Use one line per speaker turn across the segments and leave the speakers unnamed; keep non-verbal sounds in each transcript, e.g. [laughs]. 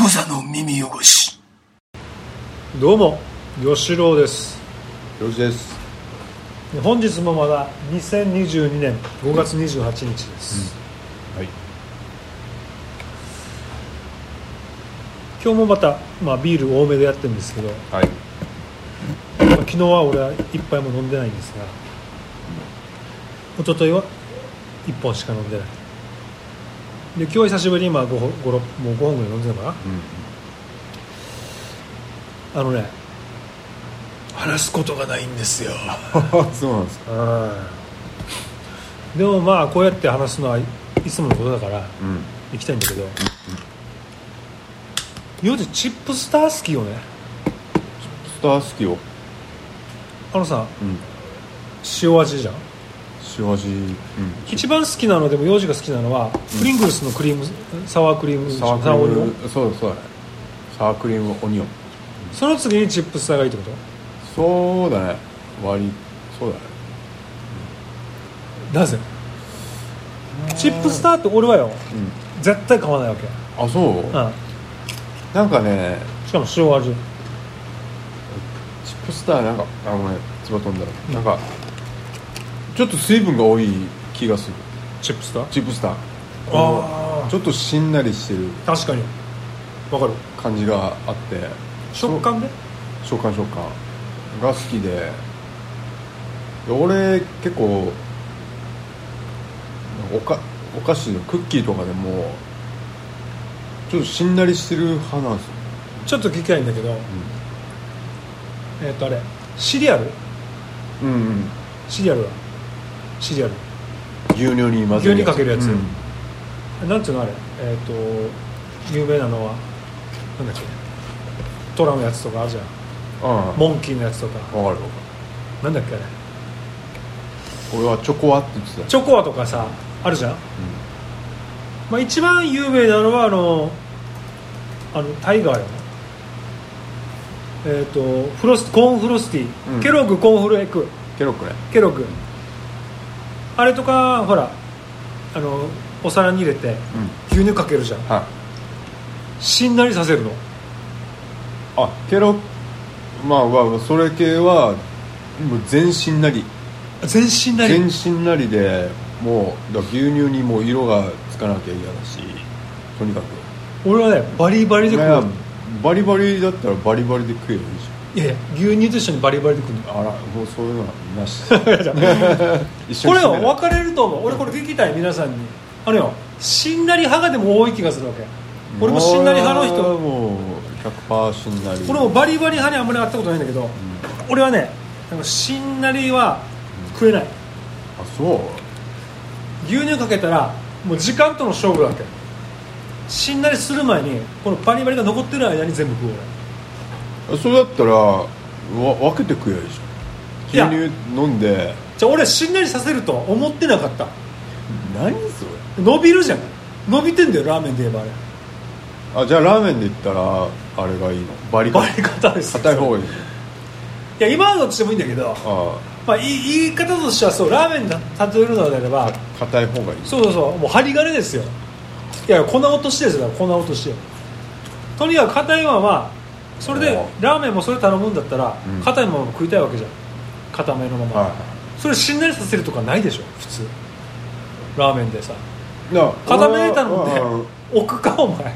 無座の耳汚し
どうも吉郎です
よしです
本日もまだ2022年5月28日です、
はい
今日もまた、まあ、ビール多めでやってるんですけど、ま
はい
あ昨日は俺は一杯も飲んでないんですが一昨日は一本しか飲んでないで今日は久しぶりにまあ 5, 本5 6もう5本ぐらい飲んでたのかなあのね話すことがないんですよ
うんそうなんですか
でもまあこうやって話すのはいつものことだから
うん
行きたいんだけど要するにチップスタースキーをね
スタースキを
あのさ
うん
塩味じゃん
塩味うん
一番好きなのでも幼児が好きなのはプリングルスのクリームサワークリーム
サワー
オ
クリ
ニオ
ー
ン
ムそうだそうだサワークリームオニオン
その次にチップスターがいいってこと
そうだね割りそうだね
なぜチップスターって俺はよ
うん
絶対買わないわけ、
あそう
う
なんかね
ん、しかも塩味
チップスターなんかあごめんつば飛んだらなんかちょっと水分が多い気がする
チップスター
チップスター
あー
ちょっとしんなりしてる
確かにわかる
感じがあって
食感で
食感食感が好きでで俺結構おかお菓子のクッキーとかでもちょっとしんなりしてる派なんですよ、
ちょっと聞きたいんだけど、えっ、とあれシリアル
うんうん、
シリアルだシリアル
牛乳に混ぜ
牛乳かけるやつ
うん
なんていうのあれえっ、と有名なのはなんだっけトラのやつとかあるじゃん
ああ
モンキーのやつとか
分かる分か
なんだっけあれ
る俺はチョコはって言ってた
チョコアとかさあるじゃん、まあ、一番有名なのはあのあのタイガーよえっ、とフロスコーンフロスティー、
うん
ケロッグコーンフレーク
ケロックね
ケロッグあれとかほらあのお皿に入れて
うん
牛乳かけるじゃん
はい
しんなりさせるの
あケロッまあまあそれ系はもう全しんなり
全身なり
全しんなりでもうだから牛乳にもう色がつかなきゃ嫌だしとにかく
俺はねバリバリで
い
食う
やバリバリだったらバリバリで食えばい
い
い
やいや牛乳と一緒にバリバリで食うの
じゃんあらもうそういうのは
[laughs]
なし
これは
一緒に住めない
分かれると思う俺これ聞きたい皆さんにあのよしんなり派がでも多い気がするわけ俺もしんなり派の
俺は
人
もう100%しんなり
俺もバリバリ派にあんまり会ったことないんだけど、俺はねなんかしんなりは食えない
あそう
牛乳かけたらもう時間との勝負だわけしんなりする前にこのバリバリが残ってる間に全部食おう
あそれだったらわ分けて食えばいいじゃん
いや
牛乳飲んで
じゃあ俺はしんなりさせるとは思ってなかった
何それ
伸びるじゃん伸びてんだよラーメンで言えばあれ
あじゃあラーメンで言ったらあれがいいのバリ
バ
バ
リ
リ
方です
硬い方
い
がいい
や今のどっちでもいいんだけど、
あ
まあ、い言い方としてはそうラーメンに例えるのであれば
あ硬い方がいい
そうそうそうもう針金ですよいや粉落としですよ粉落としとにかく硬いままそれで
おう
ラーメンもそれ頼むんだったら
うん
硬いまま食いたいわけじゃん硬めのまま、
はい
それしんなりさせるとかないでしょ普通ラーメンでさ
だから
固めで頼んで
俺はうん
置くかお前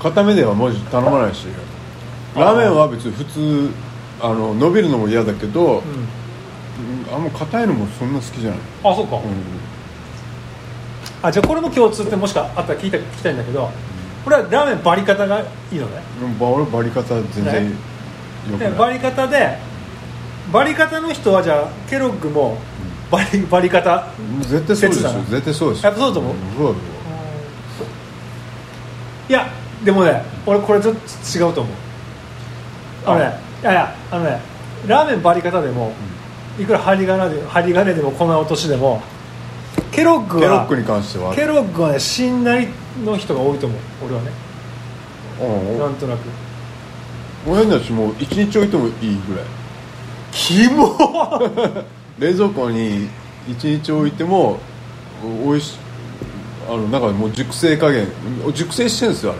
固めではマジ頼まないしラーメンは別に普通あの伸びるのも嫌だけど、
うん
うんあんま硬いのもそんな好きじゃない、
あそうか、
う
あじゃあこれも共通ってもしかあったら聞いた聞きたいんだけどこれはラーメンバリ方がいいのね
ん、でも俺バリ方全然
ね
よく
で
ない
バリ方でバリ方の人はじゃあケロッグもバリバリ方
もう絶対そうです
説
よ
だな
絶対そうですよ
やっぱそうだと思うん
そうだと思
いやでもね俺これちょっと違うと思うあのねいやいやあのねラーメンバリ方でもいくら針金で針金でも粉落としでもケロッグ
うケロッ
は
クに関しては
ケロッグはねしんなりの人が多いと思う俺はね
うん
なんとなく
俺たちもう一日置いてもいいぐらい
キモ
冷蔵庫に一日置いてもおいしあのなんかもう熟成加減熟成してるんですよ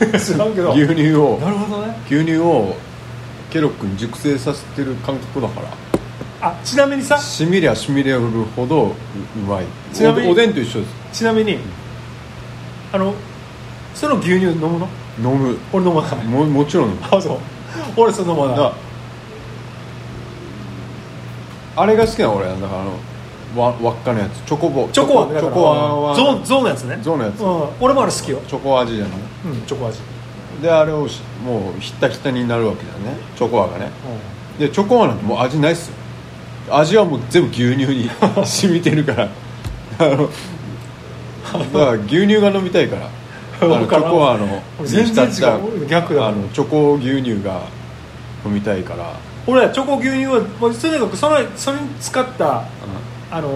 あ
[laughs]
れ
知らんけど
牛乳を
なるほどね
牛乳をケロックに熟成させてる感覚だから
あちなみにさ
しみりゃしみりゃ振るほどううまい
ちなみに
おおでんと一緒です
ちなみにあのその牛乳飲むの
飲む
俺飲まない
ももちろん飲む
あそう俺その飲ま
だ
ない
あれが好きなの俺だからあのわ輪っかのやつチョコボ
チョコは
チョコは
ゾーンゾーンのやつね
ゾーンのやつ
うん、俺もあれ好きよ、
チョコ味じゃない
うん、チョコ味、
であれをしもうひったひたになるわけだよねチョコアがねでチョコアなんてもう味ないっすよ味はもう全部牛
[laughs]
乳に染みてるからあのだから牛乳が飲みたいからあの
わ
チ
からん
ョコアの
全然違う
に浸った
逆だ
あのチョコ牛乳が飲みたいから、
俺はチョコ牛乳はもうとにかくそのそれに使ったあの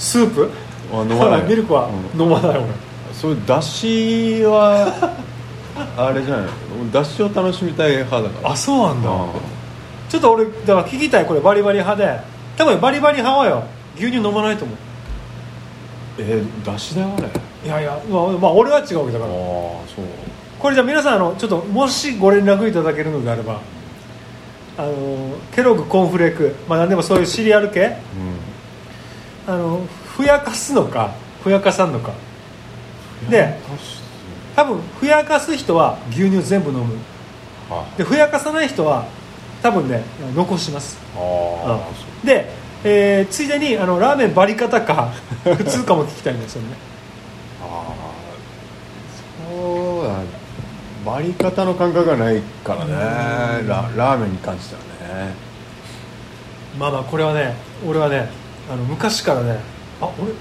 スープ
あ飲まない
[laughs] ミルクは
うん
飲まない俺、
そういうだ
[laughs]
しはあれじゃないだしを楽しみたい派だから
あそうなんだ、
うん
ちょっと俺だから聞きたいこれバリバリ派で多分バリバリ派はよ牛乳飲まないと思う
えーだしだよあれ
いやいや、まあ、まあ俺は違うわけだ
ああ
から
そう
これじゃあ皆さんあのちょっともしご連絡いただけるのであればあのケロッグコーンフレークまあ何でもそういうシリアル系
うん
あのふやかすのかふやかさんのかで多分ふやかす人は牛乳全部飲む
あ
でふやかさない人は多分ね残します
あー
うん
そう
で、えーついでにあのラーメンバリ方か [laughs] 普通かも聞きたいんですよね
あーそうだ割り方の感覚がないからねララーメンに関してはね
まあまあこれはね俺はねあの昔からねあ俺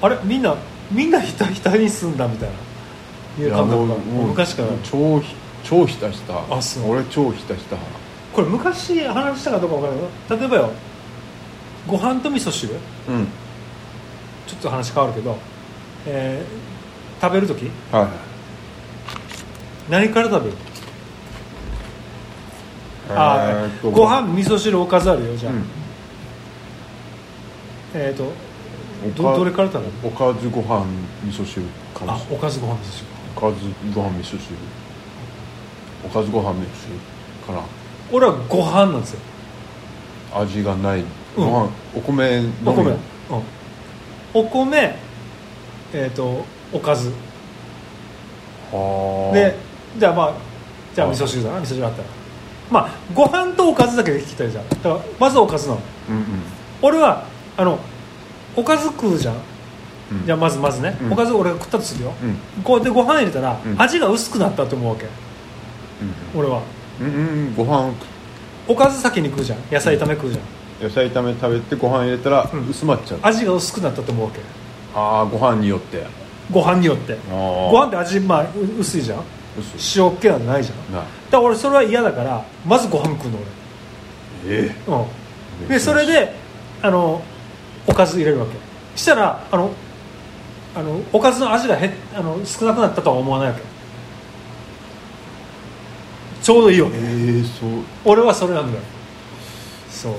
あれみんなみんなひたひたに住んだみたいない
いう
感覚が
もう
昔から
超ひ超ひたした
あそう
俺超ひたした派
これ昔話したかどうかわからないけど例えばよご飯と味噌汁
うん
ちょっと話変わるけど、えー食べる時
はいはい
何から食べるあ
えーっと
ーご飯味噌汁おかずあるよじゃあ、
う
えっ、と
ん
どどれから食べる
おかずご飯味噌汁かも
あ
しれ
お
ない
かずご飯味噌汁
おかずご飯味噌汁おかずご飯味噌汁かな
俺はご飯なんですよ
味がない、ご飯お米のみ
お米、うん、お米えっ、とおかず
はあ
でじゃあまあじゃあ
あー
味噌汁だな味噌汁あったらまあご飯とおかずだけで聞きたいじゃんだからまずおかずなの
うんうん
俺はあのおかず食うじゃん
うん
じゃあまずまずね、
うん
おかず俺が食ったとするよ、
うん
こうやってご飯入れたら、
うん
味が薄くなったと思うわけ俺は
うんうんうんうんご飯
おかず先に食うじゃん野菜炒め食うじゃん
野菜炒め食べてご飯入れたら
うん
薄まっちゃう、あ
味が薄くなったと思うわけ
あーご飯によって
ご飯によって
ご
ご飯って味、まあ、う薄いじゃん
薄
塩っ気なんてないじゃんだか
いな
ら俺それは嫌だからまずご飯食うの
え
俺、う
え
ん、でそれであのおかず入れるわけしたらあのあのおかずの味が減っあの少なくなったとは思わないわけちょうどいいわ
え
け
ー、そう
俺はそれなんだよそう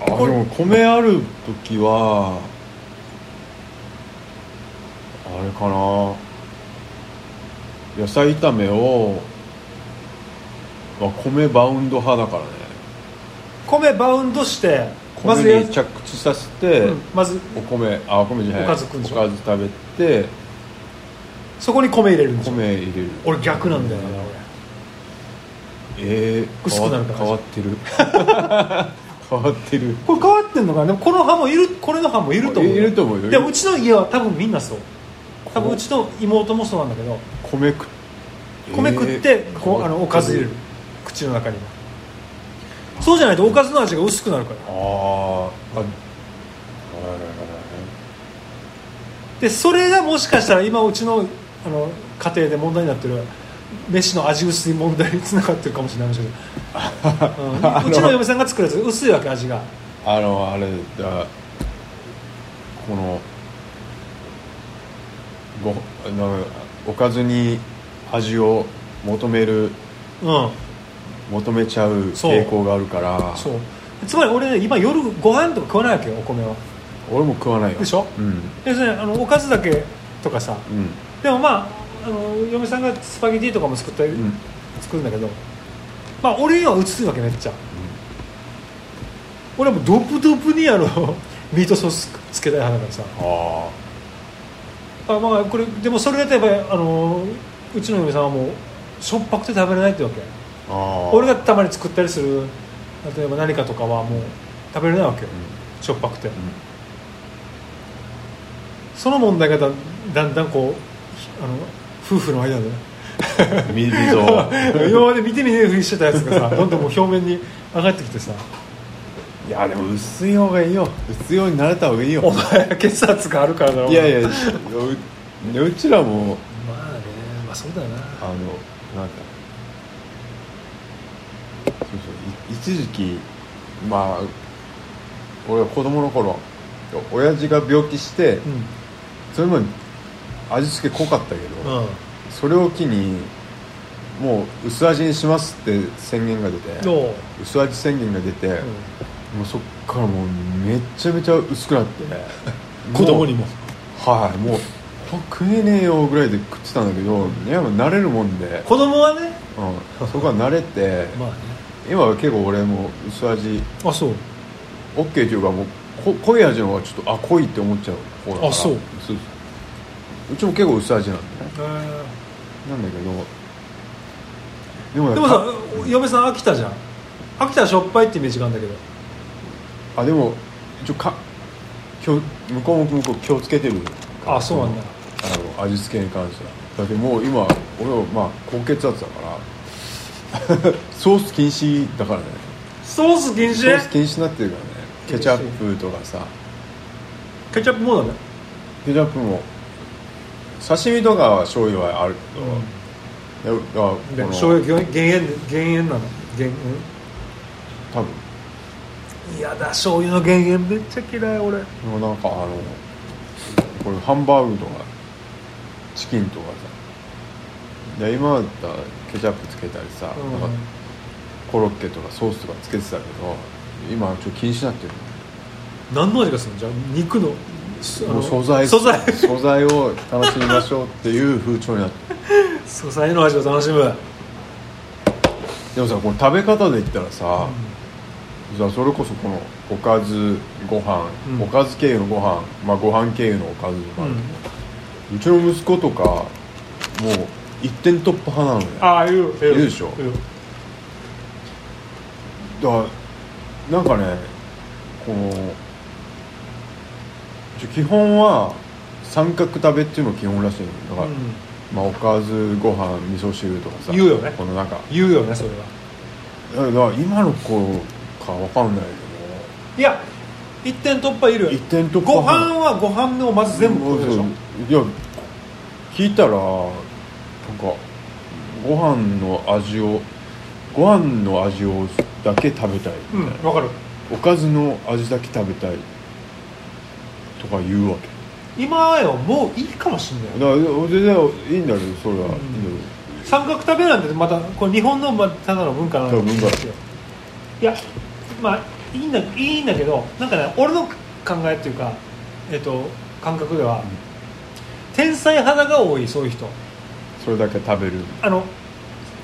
あーあ
こ
で
れ
も米ある時はあれかな野菜炒めを、まあ、米バウンド派だからね
米バウンドしてまず
米に
や
着地させて、
うんまず
お米あお米じゃない
おかず食うんでしょ
おかず食べて
そこに米入れるんですよ
米入れる
俺逆なんだよな俺
えー、
薄くなるから
変わ変
[laughs]
わってる変わってる
これ変わってんのかなでもこの派もいるこれの派もいると思う
いると思うよ
でもうちの家は多分みんなそう多分うちの妹もそうなんだけど
米食っ
米食って
えー
こうあのおかず入れる口の中にはそうじゃないとおかずの味が薄くなるから
あーあああ
でそれがもしかしたら今うちのあの家庭で問題になってる飯の味薄い問題につながってるかもしれないけど、
[laughs]
うん、うちの嫁さんが作るやつ薄いわけ味が
あのあれだこのごなんかおかずに味を求める
うん
求めちゃう
そう
傾向があるから
そうつまり俺ね今夜ご飯とか食わないわけよお米は
俺も食わないよ
でしょ
うん
要するにあのおかずだけとかさ
うん
でもまああの嫁さんがスパゲティとかも作った
うんうん
作るんだけどまあ俺には映すわけめっちゃ俺はもうドプドプにあの [laughs] ミートソースつけたい派だからさ
あ
あまあこれでもそれだとやっぱりあのうちの嫁さんはもうしょっぱくて食べれないってわけ
ああ
俺
が
がたまに作ったりする例えば何かとかはもう食べれないわけよ
うん
しょっぱくて
うん
その問題がだだんだんこうあの夫婦の間でね [laughs]
ミミゾ
今まで見て見ぬふりしてたやつが
[laughs]
さどんどんもう表面に上がってきてさ
いやでも薄
薄い方がいいよ
薄いようになれた方がいいよ
お前血圧があるからだろ
いやいやううちらも
まあねまあそうだな
あのなんかそうそうい一時期まあ俺は子供の頃親父が病気して
う
それまで味付け濃かったけ
ん
ど、
うん
それを機にもう薄味にしますって宣言が出て
どう
薄味宣言が出て、もうそっからもうめっちゃめちゃ薄くな
[laughs]
って
子供
に
にも
はいもうほん食えねえよぐらいで食ってたんだけどいやもう慣れるもんで、
子供はね
うん、そこは慣れて
まあね
今は結構俺も薄味
あそう
OK っていうかもうこ濃い味の方がちょっとあ濃いって思っちゃう方だから
あそう
そうそううちも結構薄味なんだね
で
なんだけどでもやっぱ
もさ嫁さん飽きたじゃん飽きたらしょっぱいってイメージがあるんだけど
あでも一応かきょ向こうも向こう気をつけてる
あそうなんだ
あの味付けに関してはだってもう今俺はまあ高血圧だから [laughs] ソース禁止だからね
ソース禁
ソース
止
禁止になってるからねケチャップとかさ
ケチャップもだね
ケチャップも刺身とか醤油はあるけど、いやだからこ
で
の
醤油減減塩減塩なの減
多分
塩いやだ醤油の減塩めっちゃ嫌い俺うん
でもなんかあのこれハンバーグとかチキンとかさで今だったらケチャップつけたりさ、なんかコロッケとかソースとかつけてたけど今ちょっと気にしなってる
何の味がするのじゃあ肉のすあの
もう素材
素材
素材を楽しみましょうっていう風
[laughs]
潮になってる
素材の味を楽しむうん
でもさこの食べ方で言ったらさ、さそれこそこのおかずご飯、
うん
おかず経由のご飯まあご飯経由のおかずとかあるけど、うちの息子とかもう一点突破派なのね
ああいう
言うでしょ
言う
だからなんかねこのちょ基本は三角食べっていうのが基本らしいのだから、
うん
まあ、おかずご飯味噌汁とかさ
言うよね
このなんか
言うよねそれは
だから今の子かわかんない
いや一点突破いる
けど一点突破
ご飯はご飯をまず全部食べるでしょ
いや聞いたらなんかご飯の味をご飯の味をだけ食べたいみたいな、
うんわかる
おかずの味だけ食べたいとか言うわけ
今よもういいかもしんない
だから全然いいんだけどそれは、
三角食べなんてまたこれ日本のまただの文化なん
そう文化
ですよいやまあいいんだいいんだけどなんかね俺の考えっていうか、えっと感覚では、
ん
天才肌が多いそういう人
それだけ食べる、うん、
あの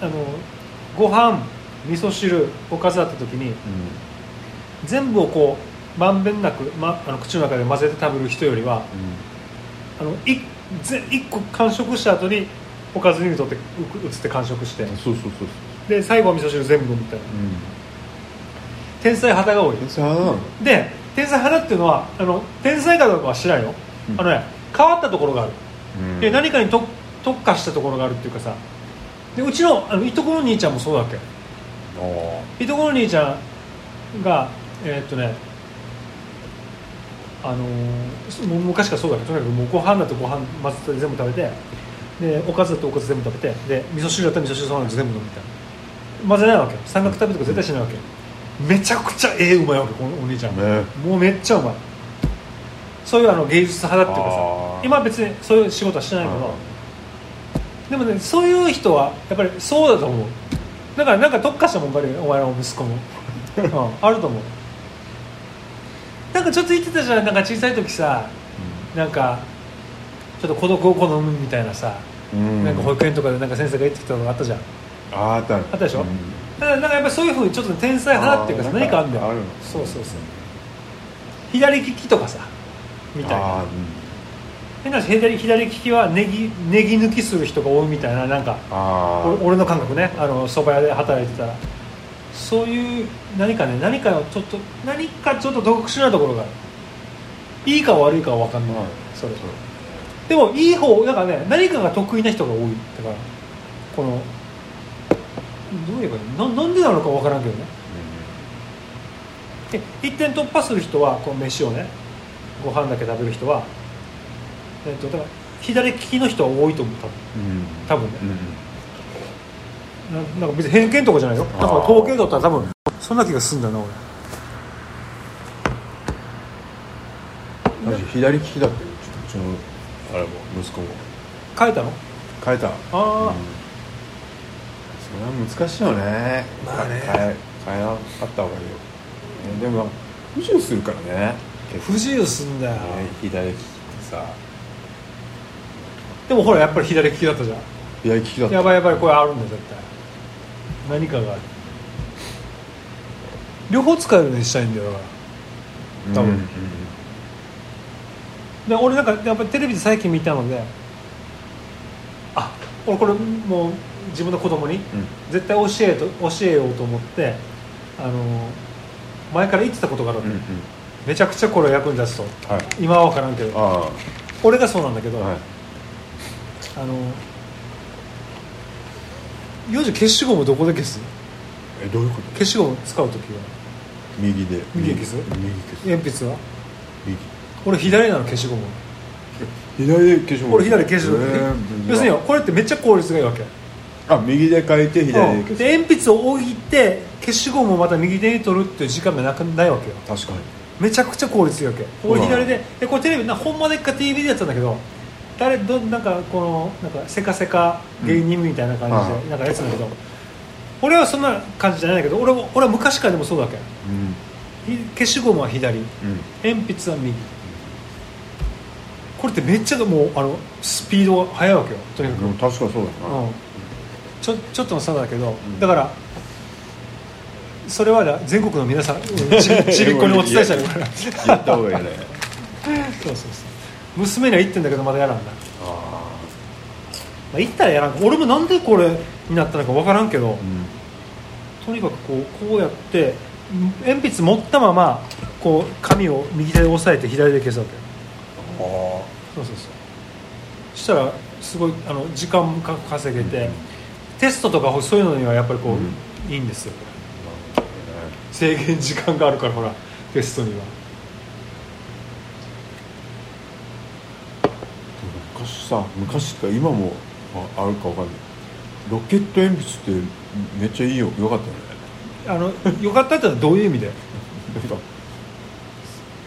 あのご飯味噌汁おかずだった時に全部をこうまんべんなく、ま、あの口の中で混ぜて食べる人よりはあのいぜ一個完食した後におかずにとってう移って完食して
うん、そうそうそうそう
で最後は味噌汁全部みたいな
うん
天才肌が多い
天才派なの
で天才肌っていうのはあの天才かどうかは知らんよ、
うん
あのね変わったところがある、
うん
で何かにと特化したところがあるっていうかさでうちのあのいとこの兄ちゃんもそうだっけ
あー
いとこの兄ちゃんがえーっとねあのーもう昔からそうだけどとにかくもうご飯だとご飯まず全部食べてでおかずだとおかず全部食べてで味噌汁だったら味噌汁そのまま全部飲むみたいな混ぜないわけ三角食べとか絶対しないわけめちゃくちゃええうまいわけこのお兄ちゃんは
ね
もうめっちゃうまいそういうあの芸術派だっていうかさ
あー
今は別にそういう仕事はしてないけどでもねそういう人はやっぱりそうだと思うだからなんか特化したもんばりお前らの息子
[laughs]
も、うん、あると思うなんかちょっと言ってたじゃんなんか小さい時さなんかちょっと孤独を好むみたいなさ、
うん
なんか保育園とかでなんか先生が言ってきたのがあったじゃん
ああったあ
あったでしょ
うん
だからなんかやっぱそういうふうにちょっと天才派だっていうかさ
あー
何かあるんだよ
あるの
そうそうそう左利きとかさみたい
あ
な
ーうん
変な話左左利きはネギネギ抜きする人が多いみたいななんか
あ
俺
ー
俺の感覚ねあの蕎麦屋で働いてたらそういう何かね何かをちょっと何かちょっと独特なところがあるいいか悪いかは分かんない、
はい
それ
そう
でもいい方なんかね何かが得意な人が多いだからこのどう言えばいいのななんでなのか分からんけどねで一点突破する人はこう飯をねご飯だけ食べる人は、えっと、だから左利きの人は多いと思う
うん
多分多分ね
うんうん
ななんか別に偏見とかじゃないよなん
あ
か
ー
統計だったら多分そんな気がすんだな俺
私左利きだってちょっとうちのあれも息子も
変えたの
変えた
ああ、
うんそれは難しいよね
まあね
変え変えなかった方がいいよ、ね、でも不自由するからね結
不
構
自由すんだよ、
ね左利きってさ
でもほらやっぱり左利きだったじゃん
左利きだった
やばいやばいこれあるんだよ絶対何かがある両方使えるようにしたいんだよだか多分
うん
らで俺なんかやっぱりテレビで最近見たのであ俺これもう自分の子供に
うん
絶対教えと教えようと思ってあの前から言ってたことがあるわ
う
け
んうん
めちゃくちゃこれ役に立つと
はい
今は分からんけど
あ
俺がそうなんだけ
あ
ど、
はい
あの幼児消しゴムどこで消す
えどういうこと
消しゴム使う時は
右で
右消す
右消す
鉛筆は
右
俺左なの消しゴム
左で消しゴム
俺左消しゴム、
えー
要するにこれってめっちゃ効率がいいわけ
あ右で書いて左
う
で
ん
消す
で鉛筆を置いて消しゴムをまた右手に取るっていう時間がなくないわけよ
確かに
めちゃくちゃ効率いいわけ俺
うん
左ででこれテレビなほんまでっか TV でやってたんだけど誰どなんかこのなんかせかせか芸人みたいな感じで、
うん
なんかやってたんだけど俺はそんな感じじゃないんだけど俺は俺は昔からでもそうだわけ
うん
ひ消しゴムは左
うん
鉛筆は右これってめっちゃもうあのスピードが速いわけよとにかく、
でも確かにそうだな、
うん、ちょちょっとの差だけど、
ん
だからそれはな全国の皆さん
[laughs]
うんちちびっこにお伝えしたいからそう
やった方
[laughs]
がいいね
そうそう娘には言ってんだけどまだやらんな、ま
あ
あ、言ったらやらん俺もなんでこれになったのか分からんけど、
あうん
とにかくこうこうやってん鉛筆持ったままこう紙を右手で押さえて左で消すわけ
あ
そうそうそうそしたらすごいあの時間もか稼げて、
うん
テストとかそういうのにはやっぱりこう、
うん
いいんですよ制限時間があるからほらテストには
昔さ昔か今もああるかわかんないロケット鉛筆ってめっちゃいいよよかったよね [laughs]
あのよかったってのはどういう意味で
なんか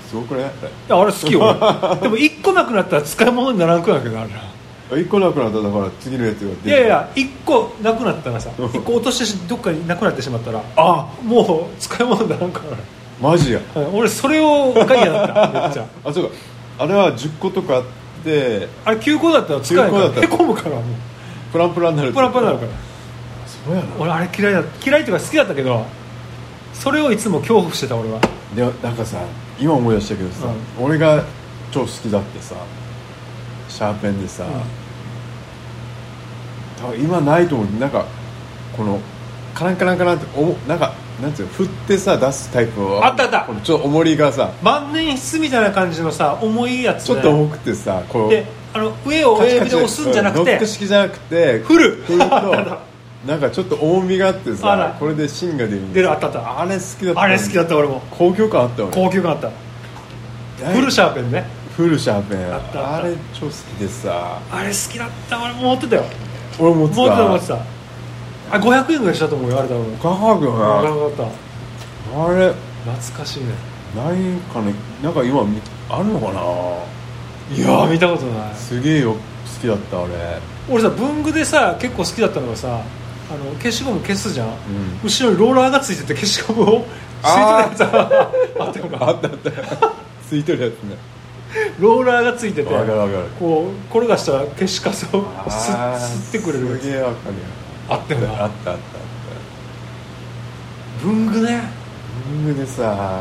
すごくね
ああれ好きよ
[laughs]
俺でも1個なくなったら使い物にならなくなるけどあれない
一個なくなっただから次のやつが出てくる
やいや1個なくなったらさ1個落としてしどっかになくなってしまったら
あ
もう使い物にならんから
マジや
俺俺それをが嫌だっため
[laughs]
っちゃ
あそうかあれは10個とかあって
あれ9個だったら使えんか
休校だった
らへ
ら
こむから
[laughs]
もう
プランプランになる
プランプランになるから
そうや
ら
な
俺あれ嫌いだ嫌いというか好きだったけどそれをいつも恐怖してた俺は
でもなんかさ今思い出したけどさ、
う
俺が超好きだってさシャーペンでさ、多分今ないと思うなんかこのカランカランカランっておもなんかなんつうの振ってさ出すタイプは
あったあった
このちょっと重りがさ
万年筆みたいな感じのさ重いやつ
ちょっと重くてさこう
であの上を親指で押すんじゃなく
ノ
て
ック式じゃなくて
振る
振ると
[laughs]
なんかちょっと重みがあって
あら
さこれで芯が出るん
出
です
る
よ
あったあった
あれ好きだった
あれ好きだった俺も
高級感あったよね
高級感あったフルシャーペンね
フルシャーペン
あったあった
あれ超好きでさ
あれ好きだった俺も持ってたよ
俺持
持っ
っ
てて
た
た持ってたあ500円ぐらいしたと思うよあれ多分
ガハグ
分
な
からなかった
あれ
懐かしいね
ないかねなんか今みあるのかない
いやー見たことない
すげえよ好きだったあれ
俺さ文具でさ結構好きだったのがさあの消しゴム消すじゃん、
ん
後ろにローラーがついてて消しゴムをついてたやつああったよな
[laughs] あったあったついてるやつね
ローラーがついてて
わかるわかる
こう転がしたら消しカスをす
あー
吸ってくれるや
すげ
つ
えわかるよ
あったよな
あったあったあった
文具ね
リングでさあれ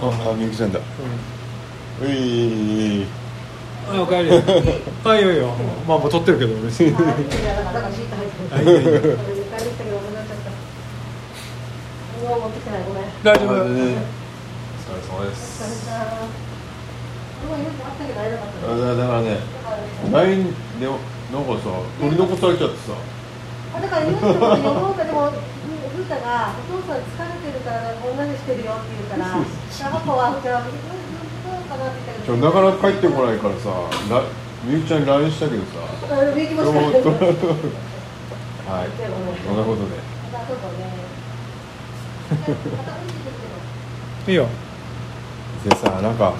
ああみゆきちゃんだういう
あおか
[laughs]
えりあいいよいいよまあもう撮ってるけど別に
あ
いやいやいや
持ってきてないごめん。
大丈
お
夫
疲れ様で
疲れた俺も言うてあったけど会えなかったね
だだからね
だか
LINE でなんかさ取り残されちゃってさ
らあだから言うても呼ぼうかでもふうたが「お父さん疲れてるからこんなにしてるよ」って言うから「タバコはじゃあどうかな」って言
今日
ったけど
なかなか帰ってこないからさらみゆきちゃんに LINE したけどさ
[laughs] あできまし
どう
た
も
ね
はい
でもね
そんなことで
またちょっとねまた見てくる
い
[laughs]
けど
いよ
でさなんか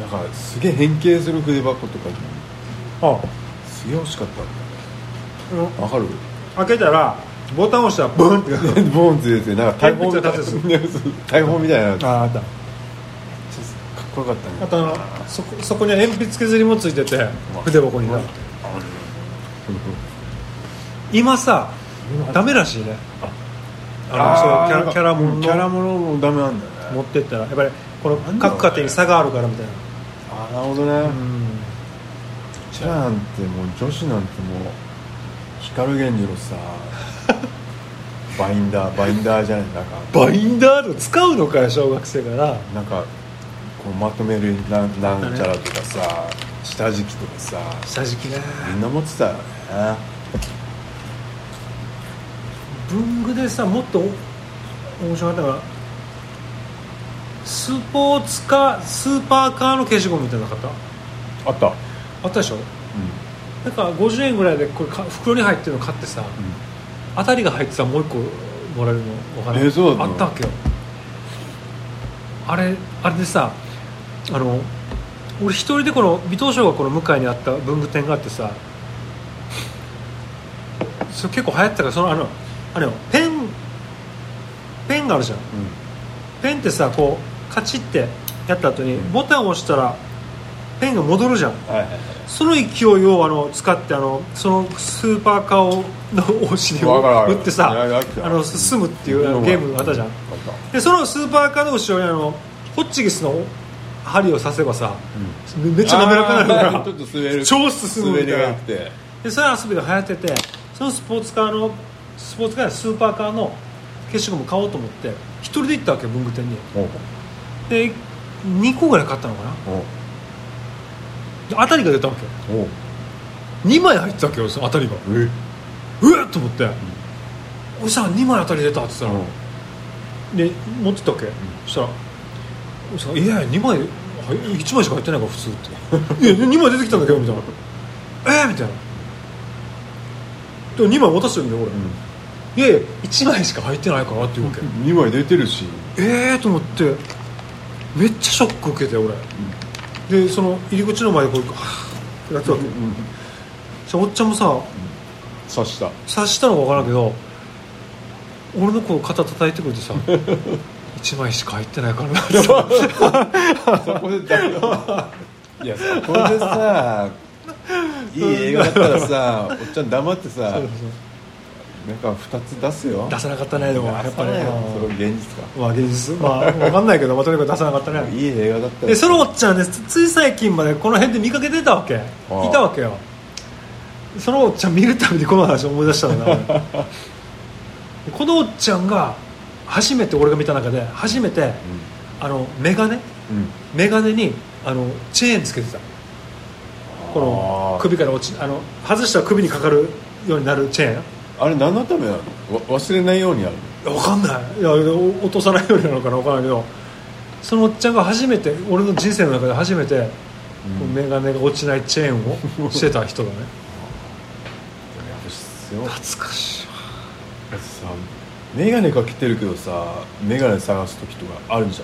なんかすげえ変形する筆箱とか
あ
すげえ欲しかったんだ
うん
よわかる
開けたらボタン押したらブンってなる
ボーンって出てなんか大砲みたいな
鉛筆
大砲みたいなやつかっ
ああった
こよかったね
あとあのそこそこには鉛筆削りもついてて筆箱にな今さダメらしいねあのそうキャラキャラも
キャラ
の
ものもダメなんだよね
持ってったらやっぱりこの各家庭に差があるからみたいな
あなるほどね、
うん
キャラなんてもう女子なんてもう光源氏の [laughs] さバインダーバインダーじゃないなんか
バインダーと使うのかよ小学生から
なんかこうまとめるなんなんちゃらとかさ下敷きとかさ
下敷きね
みんな持ってたよね
文具でさもっと面白かったのがスポーツカースーパーカーの消しゴムみたいなのなかっ
あったうん
たあったでしょなんか50円ぐらいでこれか袋に入ってるの買ってさ当たりが入ってさもう一個もらえるのお金、
えーそうだった
あ
の
ったわけよあれあれでさあの俺一人でこの美東小学校の向かいにあった文具店があってさそれ結構流行ってたからそのあのあれよペンペンがあるじゃんペンってさこうカチッてやった後にボタンを押したらペンが戻るじゃん
はいはいはい
その勢いをあの使ってあのそのスーパーカーをの押しに
[laughs] わかるわか
打
る
ってさ
いや飽きた
あの進むっていうあのゲームがあったじゃん
あった
でそのスーパーカーの後ろにあのホッチキスの針を刺せばさめめっちゃ滑らかになる
あー
か
ちょっ
ら
と滑る
超進むみたいな
滑りが良くて
でそれ遊びが流行っててそのスポーツカーのスポーツカーやスーパーカーの消しゴム買おうと思って一人で行ったわけ文具店に
おう
で2個ぐらい買ったのかな
おう
で当たりが出たわけよ
おう
2枚入ってたわけよその当たりが
え
うっと思って、おじさん2枚当たり出たって言ったら、で持ってったわけ、そしたら「おじさんいやいや2枚1枚しか入ってないから普通」って「いや2枚出てきたんだけど」みたいな「えー、みたいなでも2枚渡すよね俺、いやいや1枚しか入ってないからって言うわけ、
2枚出てるし
ええと思ってめっちゃショック受けて俺、でその入り口の前でこうはぁってやってたわけ、そしたらおっちゃんもさ
刺した
察したのか分からんけど俺のこう肩叩いてくれ
[laughs]
てさ1枚しか入ってないからなって
そこでだいやそこでさいい映画だったらさおっちゃん黙ってさなんか2つ出すよ
出さなかったねでも
出さ
やっぱり
ないよ
うん
それ現実か
まあ現実まあ分かんないけど、まあ、とにかく出さなかったね
いい映画だったよ
でそのおっちゃんねつつい最近までこの辺で見かけてたわけい
あ
たわけよそのおっちゃん見るたびにこの話を思い出したんだな
[laughs]
俺このおっちゃんが初めて俺が見た中で初めてあのメガネ
うんうん
メガネにあのチェーンつけてたこの
あー
首から落ちあの外したら首にかかるようになるチェーン
あれ何のためなのわ忘れないようにある
分かんないいやお落とさないようになのかな分かんないけどそのおっちゃんが初めて俺の人生の中で初めて、
うん
メガネが落ちないチェーン [laughs] をしてた人だね
やっぱ必要
懐かしい
さ眼鏡かけてるけどさ眼鏡探す時とかあるじ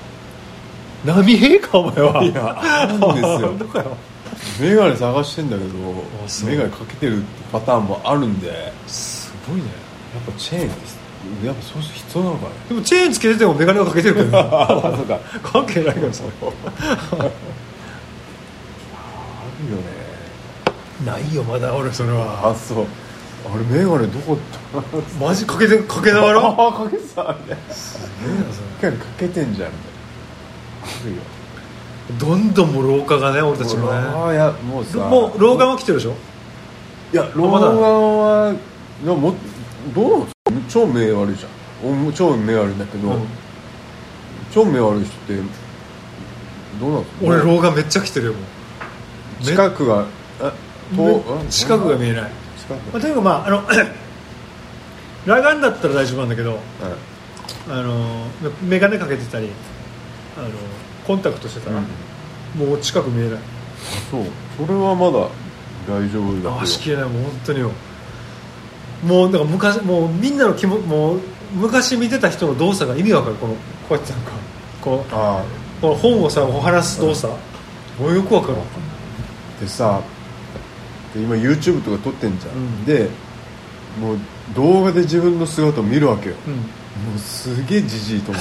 波平かお前
ゃ
は
んいやあるんです
[laughs]
よ
どこよ
眼鏡探してんだけど
あそう
眼鏡かけてるパターンもあるんでやっ
すごいね
ぱチェーンですやっぱそうする必要なのかね
でもチェーンつけてても眼鏡はかけてるけど [laughs]
あそうか
関係ないからそれ
あるよね
ないよまだ俺それ
あ
は
そうあれ眼鏡どこだっ
マジかけてかけ
た
ながら
ああかけてたあれ
そ
かけてんじゃんみたいなあるよ
れどんどんもう老化がね俺たちも
あ
ね
あいやもうさ
もう老眼は来てるでしょ
いや老眼はでももどう超目悪いじゃん俺も超目悪いんだけど、
うん
超目悪い人ってどうなの
俺老眼めっちゃ来てるよもう
近くがえ
め近くが見えない、
近く
まあ、とにかくまああの [coughs] 裸眼だったら大丈夫なんだけど
はい
あの眼鏡かけてたりあのコンタクトしてたら、もう近く見えない
そうそれはまだ大丈夫だ
あし
け
きれないもう本当によもうだから昔もうみんなの気ももう昔見てた人の動作が意味わかるこのこうやってなんかこう
どあ
この本をさ話す動作、もうよくわかる
あでさで今 YouTube とか撮ってんじゃん、
うん
でもう動画で自分の姿を見るわけよ
うん
もうすげえじじいと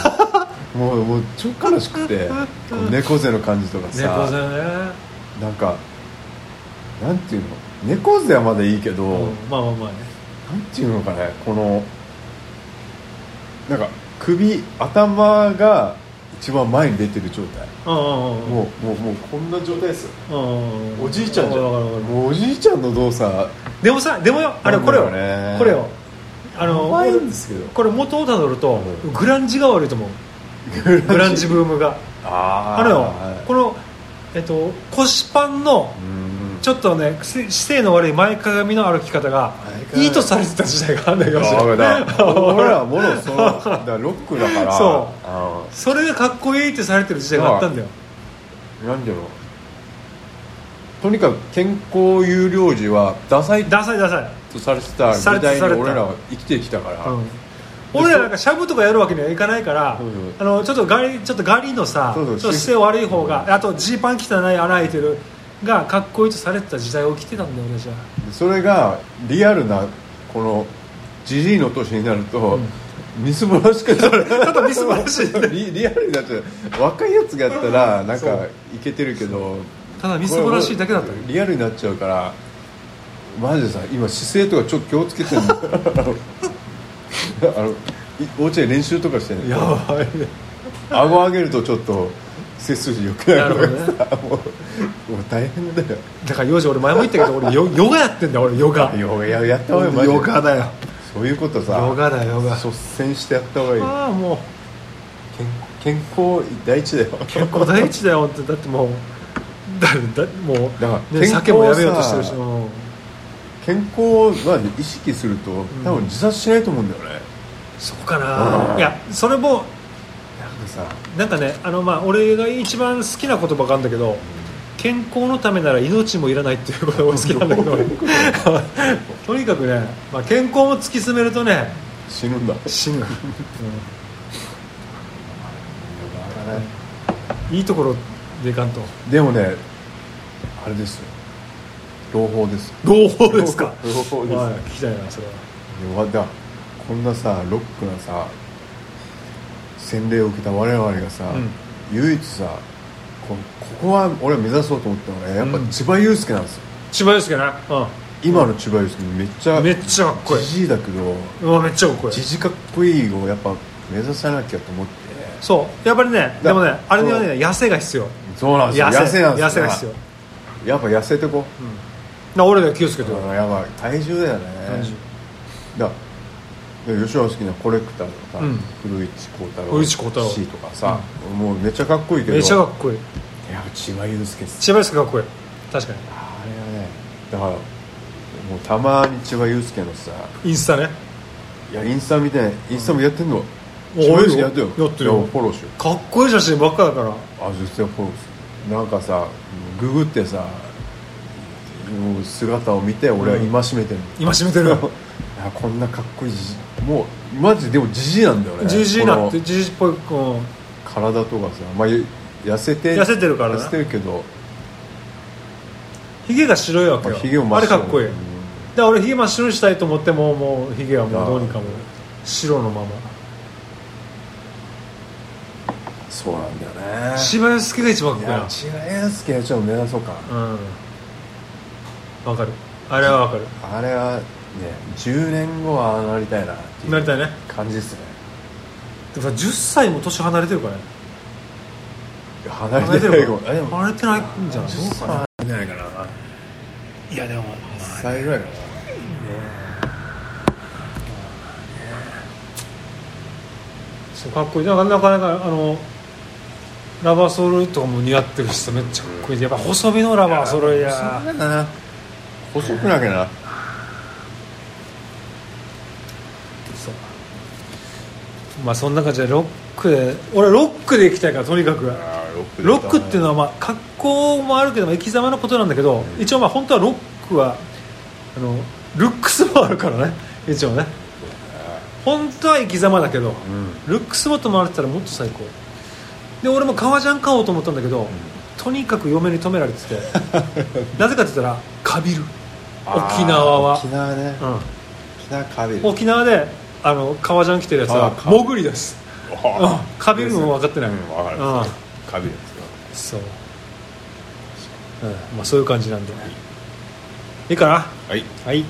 思う [laughs] もうもうちょっと悲しく [laughs] てこう猫背の感じとか
猫背
さ
ね
なんかなんていうの猫背はまだいいけど、
うんまあまあまあね
なんていうのかねこのなんか首頭が一番前に出てる状態
うんうんうん
もうもうもうこんな状態ですよ
うんうん
おじいちゃんじゃん
わかるわかる
もうおじいちゃんの動作
でもさでもよあれ
なん
こ
だ
れ
ろ
よ
うね
これよあの
怖いんですけど
これ元をたどると
うん
グランジが悪いと思うグランジブームが
あー
あれよ
はい
この、えっと、腰パンの
うん
ちょっとね姿勢の悪い前かがみの歩き方が
前かがみ
いいとされてた時代があるんだけど
あ俺だ俺らはもろそのだからロックだから
そう
あ
[laughs] それがかっこいいってされてる時代があったんだよ
ーなんだろうとにかく健康有料児はダサい
ダサいダサい、
とされてた時代に
されてた
俺らは生きてきたから、
うん俺らなんかしゃぶとかやるわけにはいかないから
そうそう
あのちょっとガリちょっとガリのさち
そ
ょ
う
っ
そう
と姿勢悪い方があとジーパン汚い穴開いてるがかっこいいとされてた時代を生きてたんだよ俺じゃ
それがリアルなこのジジイの年になると、みすぼらしくな
[laughs]
る
ちょっとみすぼらしいね
[laughs] リリアルになっちゃう若いやつがやったらなん
そ
かいけてるけど
ただみすぼらしいだけだった
これ
よ
もリアルになっちゃうからマジでさ今姿勢とかちょっと気をつけてる
[laughs]
[laughs] あのいお家で練習とかしてね
やばいね
顎上げるとちょっと背筋良くなる
なる
からさ、 [laughs] もうもう大変だよ
だから幼児俺前も言ったけど俺ヨヨガやってんだよ俺ヨガ
ヨガやった方がいいマジで
ヨガだよ
そういうことさ
ヨガだヨガ
率先してやった方がいい
ああもう
健健康第一だよ
[laughs] 健康第一だよ本当にだってもうだだもう
だから健
ね、
康
酒もやめようとしてるし
さ
うん
健康は意識すると多分自殺しないと思うんだよね、
そうかな
うん
いやそれも
なんかさ
なんかねあのまあ俺が一番好きな言葉があるんだけど健康のためなら命もいらないっていうことが好きなんだ
[laughs]
けどとにかくね、まあ、健康を突き詰めるとね
死ぬんだ
死ぬ、うんいいところでいかんと
でもねあれですよ朗報ですよ
朗報ですか
朗報ですよ、
はい、聞きたいなそれは
でわだこんなさロックなさ洗礼を受けた我々がさ、
うん
唯一さこここは俺は目指そうと思ったのがやっぱ
うん
千葉雄介なんですよ、
千葉ですけどね、
今の千葉雄介めっち
う
ゃ
ん、めっちゃかっこいい
じじいだけど
うわめっちゃかっこいい
じじかっこいいをやっぱ目指さなきゃと思って
そうやっぱりねでもねあれにはね痩せが必要
そうなんですよ痩せなんですよ
痩せが必要
やっぱ痩せてこ
な俺が気をつけて
う、
る
やばい体重だよね
感じ
だで吉永好きなコレクターとかさ、
うん
古市幸太郎
古市幸太郎
C とかさ、もうめっちゃかっこいいけど
めっちゃか
い
っこいい
や千葉雄介っす
千葉ですけどかっこいい確かに
あれはねだからもうたまに千葉雄介のさ
インスタね
いやインスタ見てインスタもやってんの、
うん
千葉雄介やってよ
やってるよ
いやフォローしよう
かっこいい写真ばっかだから
あ実際フォローするなんかさググってさもう姿を見て俺は戒めてる、
今しめて
[laughs]
る
あこんなかっこいいじじもうマジでもじじいなんだよね
じじいなって
こ
じじいっぽいうん
の体とかさ、まあ、ゆ痩せて
痩せてるからね
痩せてるけど
ひげが白いわけよ
ひげも真
あ
っ
れ
白
かっこいい
うん
だから俺ひげ真っ白にしたいと思ってももうひげはもうどうにかも白のまま
そうなんだよね
柴屋助が一番
い
かっこいい
や
な
違うすけどちょっと目指そうか
うんわかるあれはわかる
あれはね10年後はああなりたいなっていう
なりたいね
感じですね
でもさ10歳も年離れてるからね
離れてないかも
離れてる離れてないんじゃないど
10歳
うか
離れてないかない
やでも
1歳ぐらいかな
そうかっこいいだからなかなかあのラバーソールとかも似合ってるしさめっちゃかっこいいやっぱ細身のラバーソールや
細くなきゃな細くなきゃな
そうまあそんな感じでロックで俺ロックで行きたいからとにかくロックっていうのはまあ格好もあるけども生き様のことなんだけど一応まあ本当はロックはあのルックスもあるからね一応ね本当は生き様だけど
うん
ルックスもと回れてたらもっと最高で俺も革ジャン買おうと思ったんだけど、とにかく嫁に止められて
[laughs]
てなぜかって言ったらカビる沖縄は
あー沖縄ね
う
沖縄カビ
ん、沖縄であの革ジャン着てるやつ
あ
は
ーか
潜りです
あー
うんカビるのも分かってない
うん分かる
うん
カビるんですよ
そう、うんまあ、そういう感じなんでいいかな
はい
はい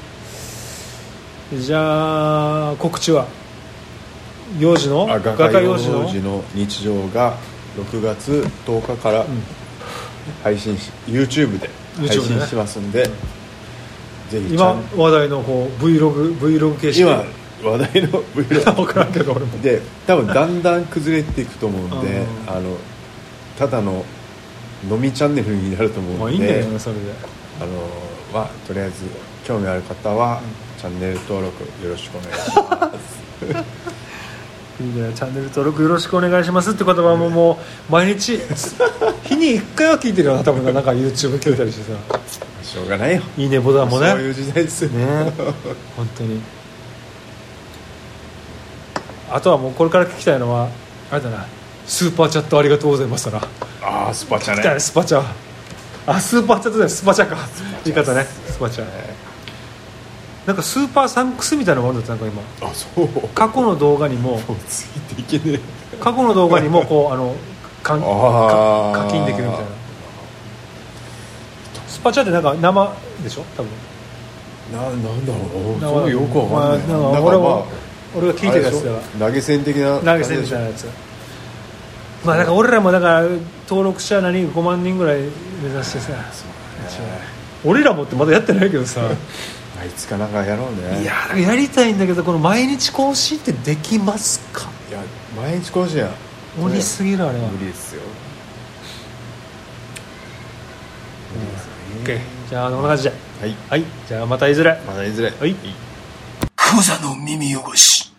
じゃあ告知は幼児の
あ
画
画
家
家
幼
用
児の
のの日常が6月10日から
ん
配信し、YouTube で配
YouTube でね
信しますんで、ぜひチ
今
ャン
話題のこう Vlog, Vlog 形式
今話題の [laughs] Vlog
分からんけど俺も
で多分だんだん崩れていくと思うん
[laughs]
で、
うん
あのただの飲みチャンネルになると
ま
思う
あ
ん
いいん
で、
だよねそれで
あのまあとりあえず興味ある方は、チャンネル登録よろしくお願いします。
いいねチャンネル登録よろしくお願いしますって言葉ももう [laughs] 毎日日に1回は聞いてるよな多分ななんか YouTube 聞いたりしてさ [laughs]
しょうがないよ。
いいねボタンも
そうい
ね
う時代ですよ
ね本当にあとはもうこれから聞きたいのはあれだなスーパーチャットありがとうございましたな
ああスパチャ
来たね
ね。
スパチャあスーパーチャットじゃないスパチャか言い方ねスパチャなんかスーパーサンクスみたいなもんだったなんか今
あそう。
過去の動画にも
もうついていけねえ。
過去の動画にもこうあのかん
あー
か課金できるみたいなスパチャってなんか生でしょ多分
ななんだろう
なんか
そうよくわかんない、
まあな
な
んん
か
か俺
ま
も俺が聞いてるやつだか
あれでしょ投げ銭的な
ら投げ銭みたいなやつまあだから俺らもだから登録者何5万人ぐらい目指してさ俺らもってまだや [laughs] ってないけどさ
あいつかなんかやろうね
いやーやりたいんだけどこの毎日更新ってできますか
いや毎日更新や
無理すぎるあれは
無理ですよ無理ですよね
OK じゃあこんな感じで
はい
はいじゃあまたいずれ
またいずれ
はい
クザの耳汚し